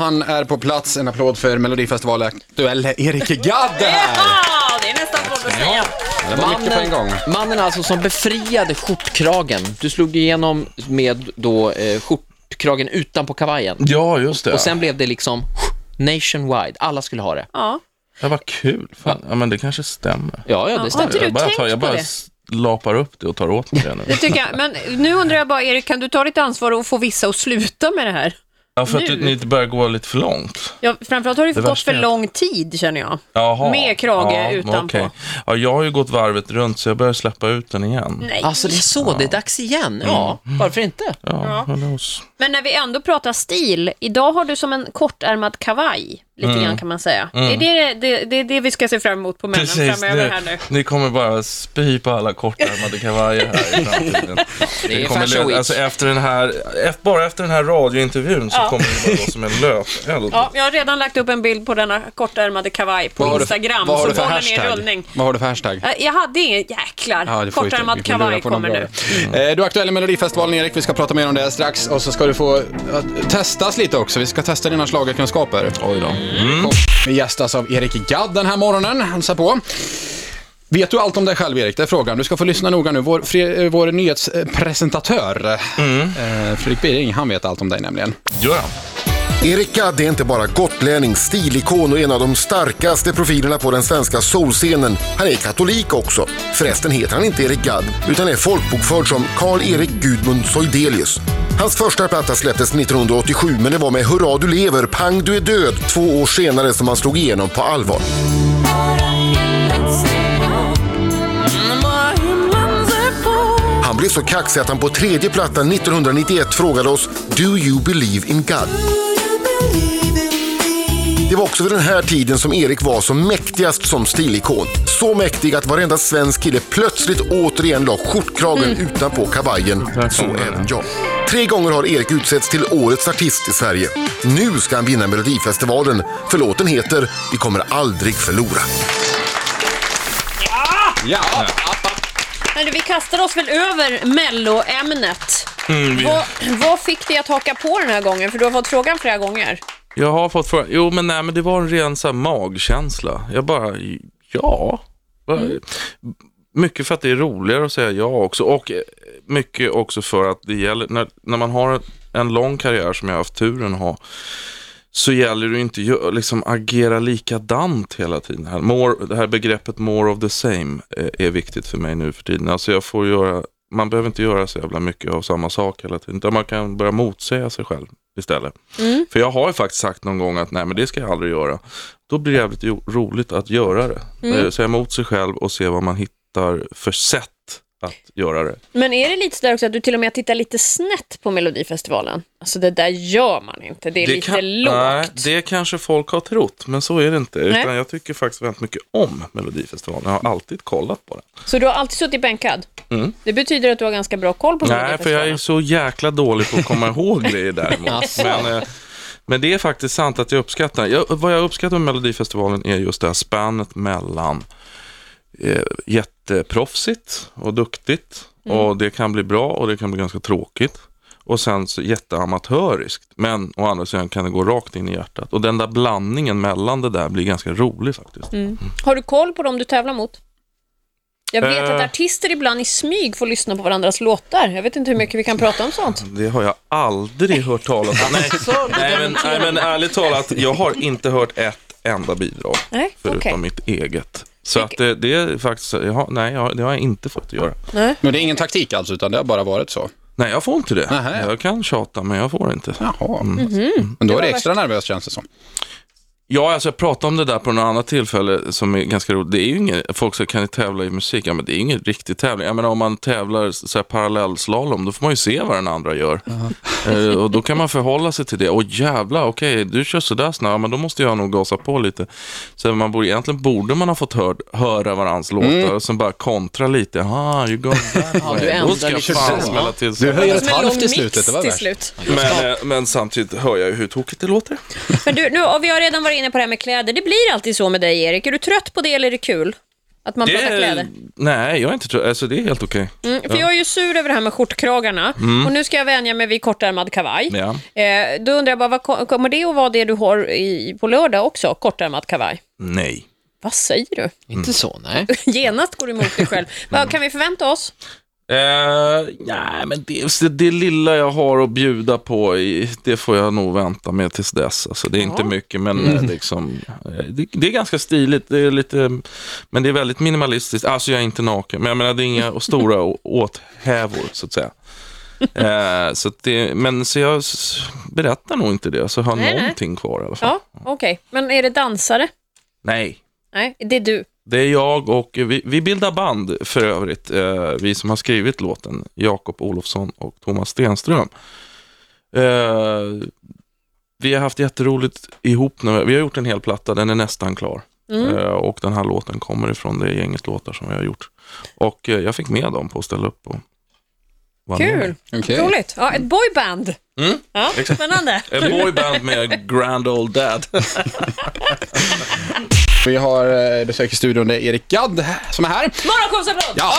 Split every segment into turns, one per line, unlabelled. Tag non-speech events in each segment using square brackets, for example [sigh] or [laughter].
Han är på plats. En applåd för Melodifestival Aktuell. Erik Gadd är här!
[laughs] Ja, det är nästan på att säga.
Det var mycket på en gång.
mannen alltså som befriade skjortkragen. Du slog igenom med då eh, skjortkragen utan på kavajen.
Ja, just det.
Och sen blev det liksom nationwide. Alla skulle ha det.
Ja.
Ja, vad kul. Fan. Ja, men det kanske stämmer.
Ja, ja, det
Har inte
stämmer.
du
Jag bara,
tänkt
tar, jag
på
bara
det?
s- lapar upp det och tar åt mig
[laughs]
det nu.
Det tycker jag. Men nu undrar jag bara, Erik, kan du ta ditt ansvar och få vissa att sluta med det här?
Ja, för att
nu?
det, ni börjar gå lite för långt.
Ja, framförallt har det,
Det
gått
värsta
för
är att-
lång tid, känner jag.
Jaha.
Med krage
Ja,
utanpå.
okej. Ja, jag har ju gått varvet runt, så jag börjar släppa ut den igen.
Nej.
Alltså det är så, det är dags igen. Mm. Ja, varför inte?
Ja, who knows.
Men när vi ändå pratar stil, idag har du som en kortärmad kavaj, lite
Mm.
grann kan man säga. Är det, det, det är det vi ska se fram emot på männen
Precis,
framöver
nu,
här nu.
ni kommer bara spy på alla kortärmade kavajer
[laughs]
här i framtiden.
Det är
kommer
Fashion
lö-
Week.
alltså efter den här, ef- bara efter den här radiointervjun så kommer det bara gå som en löpeld.
Ja, jag har redan lagt upp en bild på denna kortärmade kavaj på
Vad har du-
Instagram,
vad har
så
du för
bollen är i
hashtag?
rullning.
Vad har du för hashtag?
Äh, Jag hade ingen, jäklar.
Ja, det får vi inte. Vi
kortärmad
får lura
kavaj
på någon
kommer
bra
nu.
där. Eh, Du är aktuell i Melodifestivalen Erik, vi ska prata mer om det strax och så ska du få eh, testas lite också. Vi ska testa dina schlagerkunskaper. Oj då. Vi gästas av Erik Gadd den här morgonen, hälsa på. Vet du allt om dig själv Erik? Det är frågan. Du ska få lyssna noga nu. Vår, fre- eh, vår nyhetspresentatör eh, Fredrik Birring, han vet allt om dig nämligen.
Gör han?
Erik Gadd är inte bara gotlänning, stilikon och en av de starkaste profilerna på den svenska soulscenen. Han är katolik också. Förresten heter han inte Erik Gadd utan är folkbokförd som Karl-Erik Gudmund Soidelius. Hans första platta släpptes 1987 men det var med Hurra du lever, pang du är död två år senare som han slog igenom på allvar. Han blev så kaxig att han på tredje plattan 1991 frågade oss Do you believe in God? Det var också vid den här tiden som Erik var som mäktigast som stilikon. Så mäktig att varenda svensk kille plötsligt återigen la skjortkragen utanpå kavajen. Så även jag. Tre gånger har Erik utsetts till Årets artist i Sverige. Nu ska han vinna Melodifestivalen, för låten heter Vi kommer aldrig förlora.
Ja,
Men vi kastar oss väl över melloämnet.
Mm,
vad, vad fick dig att haka på den här gången? För du har fått frågan flera gånger.
Jag har fått frågan. Jo, men nej, men det var en ren så här, magkänsla. Jag bara, ja. Va- Mycket för att det är roligare att säga ja också och eh, mycket också för att det gäller, när, när man har en lång karriär som jag har haft turen att ha, så gäller det ju inte att liksom, agera likadant hela tiden. Här. More, det här begreppet more of the same eh, är viktigt för mig nu för tiden. Alltså jag får göra, man behöver inte göra så jävla mycket av samma sak hela tiden, utan man kan börja motsäga sig själv istället. För jag har ju faktiskt sagt någon gång att nej men det ska jag aldrig göra. Då blir det jävligt jo- roligt att göra det. Mm. Säga emot sig själv och se vad man hittar för sätt att göra det.
Men är det lite sådär också att du till och med tittar lite snett på Melodifestivalen? Alltså det där gör man inte. Det är lite
kan-
lågt.
Nej, det kanske folk har trott, men så är det inte.
Nej.
Utan jag tycker faktiskt väldigt mycket om Melodifestivalen. Jag har alltid kollat på den.
Så du har alltid suttit bänkad?
Mm.
Det betyder att du har ganska bra koll på
Nej, för jag är
Melodifestivalen.
ju så jäkla dålig på att komma ihåg grejer däremot. Men, eh, men det är faktiskt sant att jag uppskattar. Jag, vad jag uppskattar med Melodifestivalen är just det här spannet mellan eh, jätteproffsigt och duktigt och det kan bli bra och det kan bli ganska tråkigt. Och sen så jätteamatöriskt, men å andra sidan kan det gå rakt in i hjärtat. Och den där blandningen mellan det där blir ganska rolig faktiskt.
Har du koll på dem du tävlar mot? Jag vet
Eh.
att artister ibland i smyg får lyssna på varandras låtar. Jag vet inte hur mycket vi kan prata om sånt.
Det har jag [laughs] aldrig hört talas om. Nej, nej, men, nej, men ärligt talat, jag har inte hört ett enda bidrag.
Nej, okej.
förutom mitt eget. Så att eh, det, det är faktiskt, jag har, nej, jag, har- det har jag inte fått göra.
men det är ingen taktik alltså, utan det har bara varit så.
Nej, jag får inte det.
Nähä.
Jag kan tjata, men jag får inte.
Jaha. Mm. Men då är Mhm. det extra nervöst känns det som.
Ja, alltså jag pratade om det där på något annat tillfälle som är ganska roligt. Det är ju ingen, folk som kan tävla i musik, ja, men det är ingen riktig tävling. Jag menar om man tävlar så här parallellslalom, då får man ju se vad den andra gör. [laughs] Eh, och då kan man förhålla sig till det. Och jävla, okej, du kör sådär snabbt, ja, men då måste jag nog gasa på lite. Så man borde, egentligen borde man ha fått hör, höra varans låtar och sen bara kontra lite. Ah, you go that
Mm. [laughs] Ja, du
way. Då ska
ändrar
jag
lite
fan
så.
smälla till.
Du höjer ett
Som en lång
halvt i
mix
slutet, det var
till
värst.
slut.
Men, eh, men samtidigt hör jag ju hur tokigt det låter.
Men du, nu, och vi har redan varit inne på det här med kläder. Det blir alltid så med dig, Erik. Är du trött på det eller är det kul? Att man pratar kläder?
nej, jag är inte trött. Alltså det är helt okej.
Mm, för jag är ju sur över det här med skjortkragarna och nu ska jag vänja mig vid kortärmad kavaj.
Ja.
Eh, då undrar jag bara, vad, ko- kommer det att vara det du har i, på lördag också, kortärmad kavaj?
Nej.
Vad säger du? [laughs]
Inte så, [laughs] nej.
Genast går du emot dig själv. Vad kan vi förvänta oss?
Eh, nej, men det, det, det lilla jag har att bjuda på, i, det får jag nog vänta med tills dess. Alltså, det är inte mycket, men
Mm.
eh, liksom, eh, det, det är ganska stiligt. Det är lite, men det är väldigt minimalistiskt. Alltså, jag är inte naken, men jag menar, det är
[laughs]
inga stora å- åthävor, så att säga. Eh, så att det, men så jag s- berättar nog inte det, så har
Nej, nej.
någonting kvar i alla fall.
Ja, okej. Men är det dansare?
Nej.
Nej, det är du.
Det är jag och vi, vi bildar band för övrigt, eh, vi som har skrivit låten, Jakob Olofsson och Thomas Stenström. Eh, vi har haft jätteroligt ihop nu, vi har gjort en hel platta, den är nästan klar.
Mm.
Eh, och den här låten kommer ifrån det gänget låtar som vi har gjort. Och eh, jag fick med dem på att ställa upp och vara
Kul!
Okej.
Roligt. Ja, ett boyband. Ja, spännande.
med. Ett
[laughs]
boyband med Grand Old Dad.
Vi har eh, besök i studion, det är Erik Gadd som är här.
Morgonshowsapplåd!
Ja.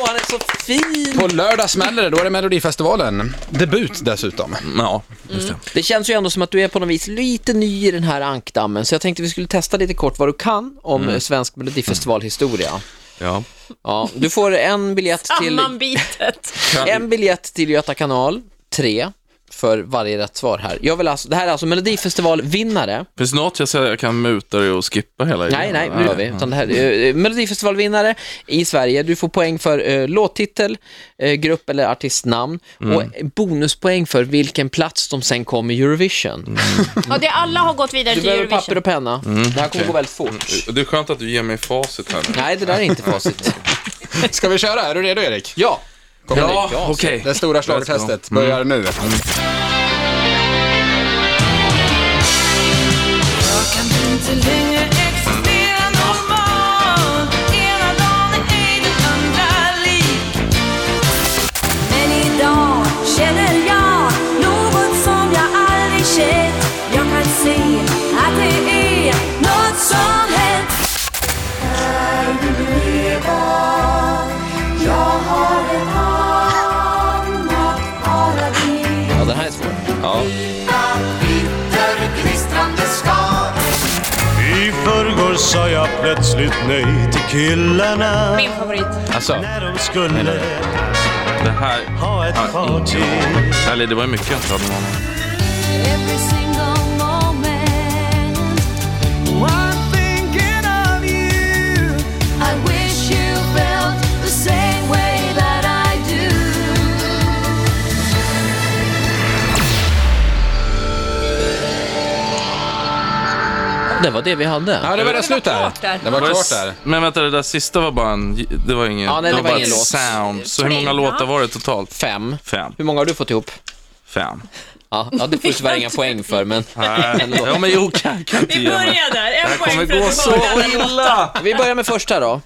Åh, han är så fin!
På lördag smäller det, då är det Melodifestivalen. Debut dessutom.
ja, just det.
Det känns ju ändå som att du är på något vis lite ny i den här ankdammen, så jag tänkte vi skulle testa lite kort vad du kan om eh, svensk melodifestivalhistoria.
Ja.
Ja, du får en biljett till...
Sammanbitet.
En biljett till Göta kanal, tre för varje rätt svar här. Jag vill alltså, det här är alltså Melodifestivalvinnare.
Finns det något jag säger jag kan muta dig och skippa hela
Nej, nej, nu gör vi. Utan det här, eh, Melodifestivalvinnare i Sverige. Du får poäng för eh, låttitel, eh, grupp eller artistnamn och bonuspoäng för vilken plats de sen kom i Eurovision.
Ja, det alla har gått vidare
Du
till
behöver papper
Eurovision.
och penna. det här kommer gå väldigt fort.
Det är skönt att du ger mig facit här nu.
Nej, det där är inte facit.
Ska vi köra? Är du redo Erik?
Ja,
[laughs] Ja,
Ja,
okej.
Det stora schlagertestet börjar nu.
Men idag känner jag något som jag aldrig känt. Jag kan se att det är något som hänt. Är du lever? Jag har ett annat paradis.
ja den här är svår.
Bitterknistrande skal.
I förrgår sa jag plötsligt nej till killarna
Min favorit.
Alltså,
när de skulle
det här...
ha ett party.
Eller det var ju mycket jag inte hade någon
Every single moment. One thinking of you. I wish you felt the same way that I do.
Det var det vi hade.
Ja, det var det slut där.
klart där.
Det var klart där.
Men vänta, det där sista var bara en... Det var ingen...
Ja, nej, det
var
var
bara
ingen
ett
låt.
sound. Så hur många
Tre,
låtar
ja.
var det totalt?
Fem.
Fem.
Hur många har du fått ihop?
Fem.
Ja, ja det får du tyvärr inga poäng för, men... en låt.
ja, men jo, kan, kan inte
Vi
ge mig.
börjar där. En
Det kommer
poäng för
gå
att
så
du började.
illa!
Vi börjar med första då.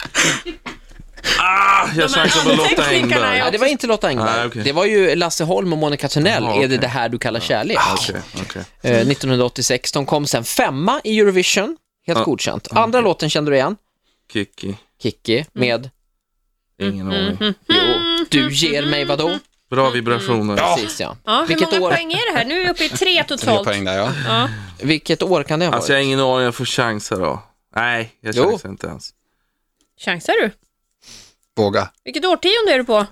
Ah, jag
De här
chansar på Lotta
anteckningarna
Engberg.
är-
Nej, det var inte Lotta Engberg.
Nej, okej.
Det var ju Lasse Holm och Monica Törnell,
Ja, okej.
Är det det här du kallar kärlek?
Okej, okej. Mm.
Eh, 1986. De kom sen femma i Eurovision. Helt godkänt. Andra låten kände du igen?
Kiki.
Mm.
Kikki med
Ingen aning.
Du
Mm.
ger mig vadå?
Bra vibrationer.
Precis ja.
Ja, hur
Vilket
många
år?
poäng är det här? Nu är vi uppe i tre
Tre
totalt.
poäng där ja.
Vilket år kan det ha varit?
Alltså, jag har ingen aning. Jag får chansa då. Nej, jag
Jo.
chansar inte ens.
Chansar du?
Våga.
Vilket årtionde är du på?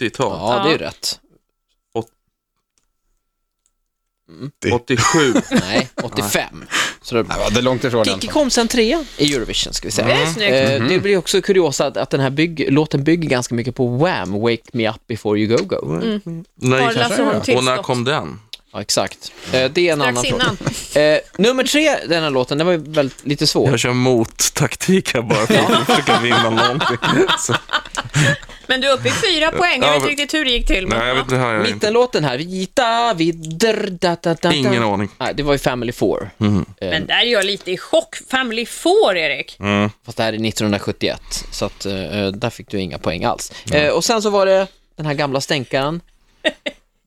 80-tal.
Ja, det är ju rätt.
87. [laughs]
Nej, 85. Så det...
Nej, vad, det är långt ifrån den.
Kikki kom sen trea i Eurovision, ska vi säga.
Det är snyggt.
Mhm.
Eh, Det blir också kuriosa att, att den här bygg, låten bygger ganska mycket på Wham! Wake me up before you go go.
Mm.
Nej,
Har Lasse Holm
kanske. Och när
tillstått?
kom den?
Ja, exakt. Eh, Det är en
Strax
annan
innan.
fråga. Eh, nummer tre, den här låten, den var ju väldigt, lite svår.
Jag kör mot-taktik här bara för att försöka vinna någonting. Så,
Men du är uppe i fyra poäng.
Ja,
Jag vet inte
men-
riktigt hur det gick till. men-
nej, jag vet inte. Här jag inte.
Mittenlåten här, Vita vidder, da, da, da,
Ingen
da.
aning. Mm.
Nej, det var ju Family Four.
Men där är jag lite i chock. Family Four, Erik.
Mm.
Fast det här är 1971, så att, eh, där fick du inga poäng alls. Eh, och sen så var det den här gamla
[laughs]
stänkaren.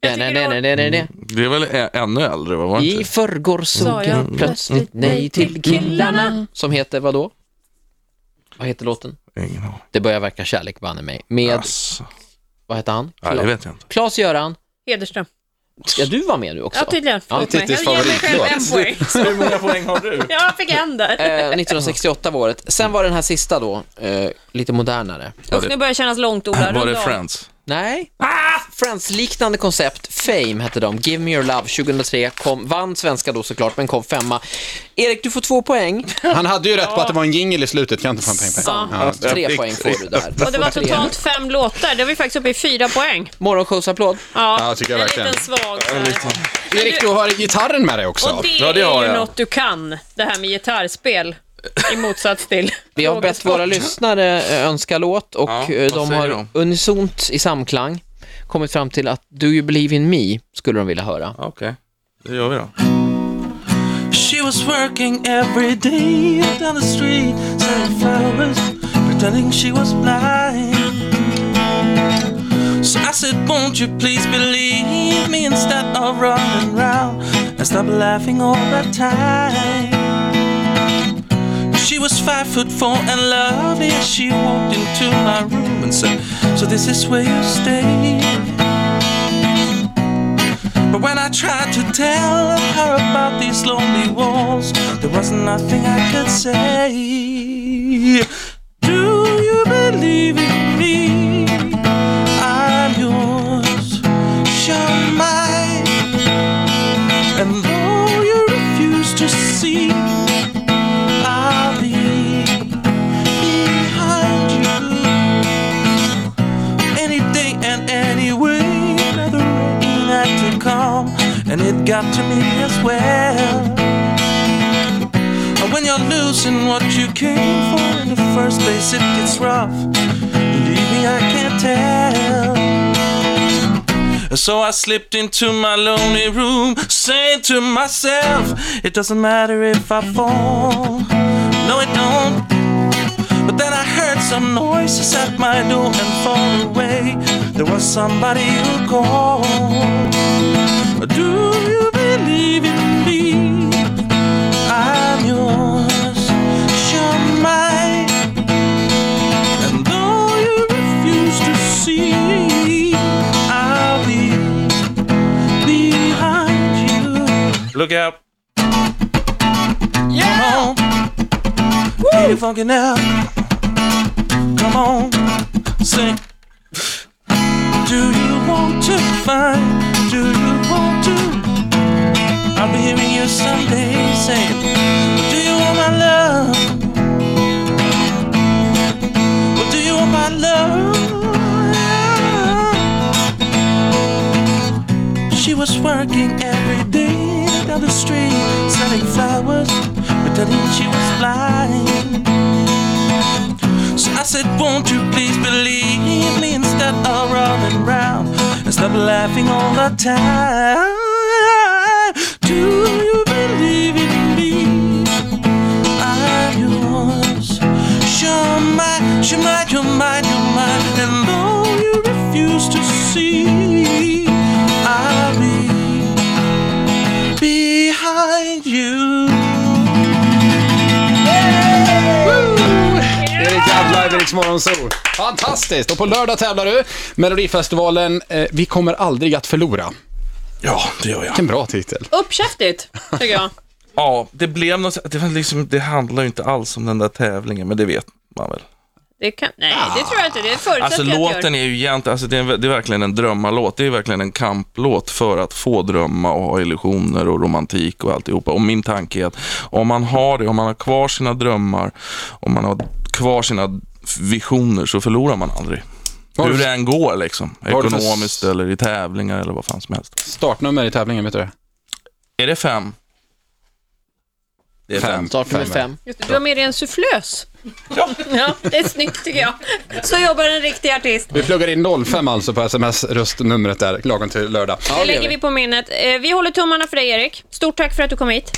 Den, den, den,
tycker det var-
den, den, den, den.
Det är väl ä- ännu äldre, vad var Mm, det
I
inte?
förrgår såg
Sa jag
Mm.
jag plötsligt nej till killarna. Som heter vad då? Vad heter låten?
Ingen aning.
Det börjar verka kärlek banne mig. Med,
Asså.
vad heter han?
Nej, det vet jag inte.
Klas-Göran.
Hederström.
Ja, du var med du också.
Ja, tydligen. Förlåt
Det är
mig.
Tittis
Jag ger mig själv en
favoritlåt.
poäng. [laughs]
Hur många poäng har du?
Jag fick en där.
Eh, 1968 var året. Sen var den här sista då, eh, lite modernare.
Usch, nu börjar det kännas långt, Ola.
Var det
Runda av.
Friends?
Nej.
Ah!
Friends-liknande koncept. Fame hette de. Give me your love 2003. Kom, vann svenska då såklart, men kom femma. Erik, du får två poäng.
Han hade ju rätt på att det var en jingle i slutet, kan jag inte få en peng på. Ja.
Tre poäng får du där.
Och det var totalt fem låtar. Det var vi faktiskt uppe i fyra poäng.
Morgonshowsapplåd.
Ja,
Ja, tycker jag
en
verkligen.
liten svag.
Erik, du har gitarren med dig
Och
också.
det,
Ja, det har
är ju
jag.
något du kan, det här med gitarrspel. I motsats till
Vi har bett
frågesport.
våra lyssnare eh, önska låt och
Ja,
eh,
vad
de
säger
har
de?
unisont i samklang kommit fram till att Do You Believe In Me skulle de vilja höra.
Okej, det gör vi då. She was working every day up down the street selling flowers pretending she was blind So I said won't you please believe me instead of running round and stop laughing all the time She was five foot four and lovely as she walked into my room and said So this is where you stay but when I tried to tell her about these lonely walls, there was nothing I could say. Do you believe in me? I'm yours, you're mine. And though you refuse to see, I'll be behind you any day and anyway. Another rainy night to come, and it got to me as well. And when you're losing what you came for in the first place, it gets rough. Believe me, I can't tell. So I slipped into my lonely room, saying to myself, it doesn't matter if I fall. No, it don't. But then I heard some noises at my door and far away there was somebody who called. Do you believe in me? I'm yours, you're mine. And though you refuse to see, I'll be behind you. Look out. Yeah! Woo! you funky now. Come on, sing. Do you want to find? Do you want to? I'll be hearing you someday saying, Do you want my love? Well, do you want my love? She was working every day down the street, selling flowers, pretending she was blind. So I said, Won't you please believe me instead of running round and stop laughing all the time? Do you believe in me? I'm yours. You're mine, you're mine, you're mine, you're mine. And though you refuse to see, I'll be behind you.
Erik Gadd, live Eriks Morgonzoo. Fantastiskt! Och på lördag tävlar du. Melodifestivalen, eh, Vi kommer aldrig att förlora.
Ja, det gör jag.
Vilken bra titel.
Uppkäftigt, tycker jag.
Ja, det blev något, det, var liksom, det handlar ju inte alls om den där tävlingen, men det vet man väl.
Det kan, nej, det tror jag inte. Det förutsätter
Alltså
jag att jag
låten är ju egentligen, alltså, det, är, det är verkligen en drömmarlåt. Det är verkligen en kamplåt för att få drömma och ha illusioner och romantik och alltihopa. Och min tanke är att om man har det, om man har kvar sina drömmar, om man har kvar sina visioner så förlorar man aldrig.
Vad
Hur
har du-
det än går liksom.
har du för-
Ekonomiskt eller i tävlingar eller vad fan som helst.
Startnummer i tävlingen, vet du det?
Är det fem? Det är fem.
Start nummer fem.
Just det, du har med dig en sufflös. Ja, det är snyggt tycker jag. Så jobbar en riktig artist.
Vi pluggar in 05 alltså på sms-röstnumret där, lagom till lördag.
Det lägger vi på minnet. Eh, Vi håller tummarna för dig Erik. Stort tack för att du kom hit.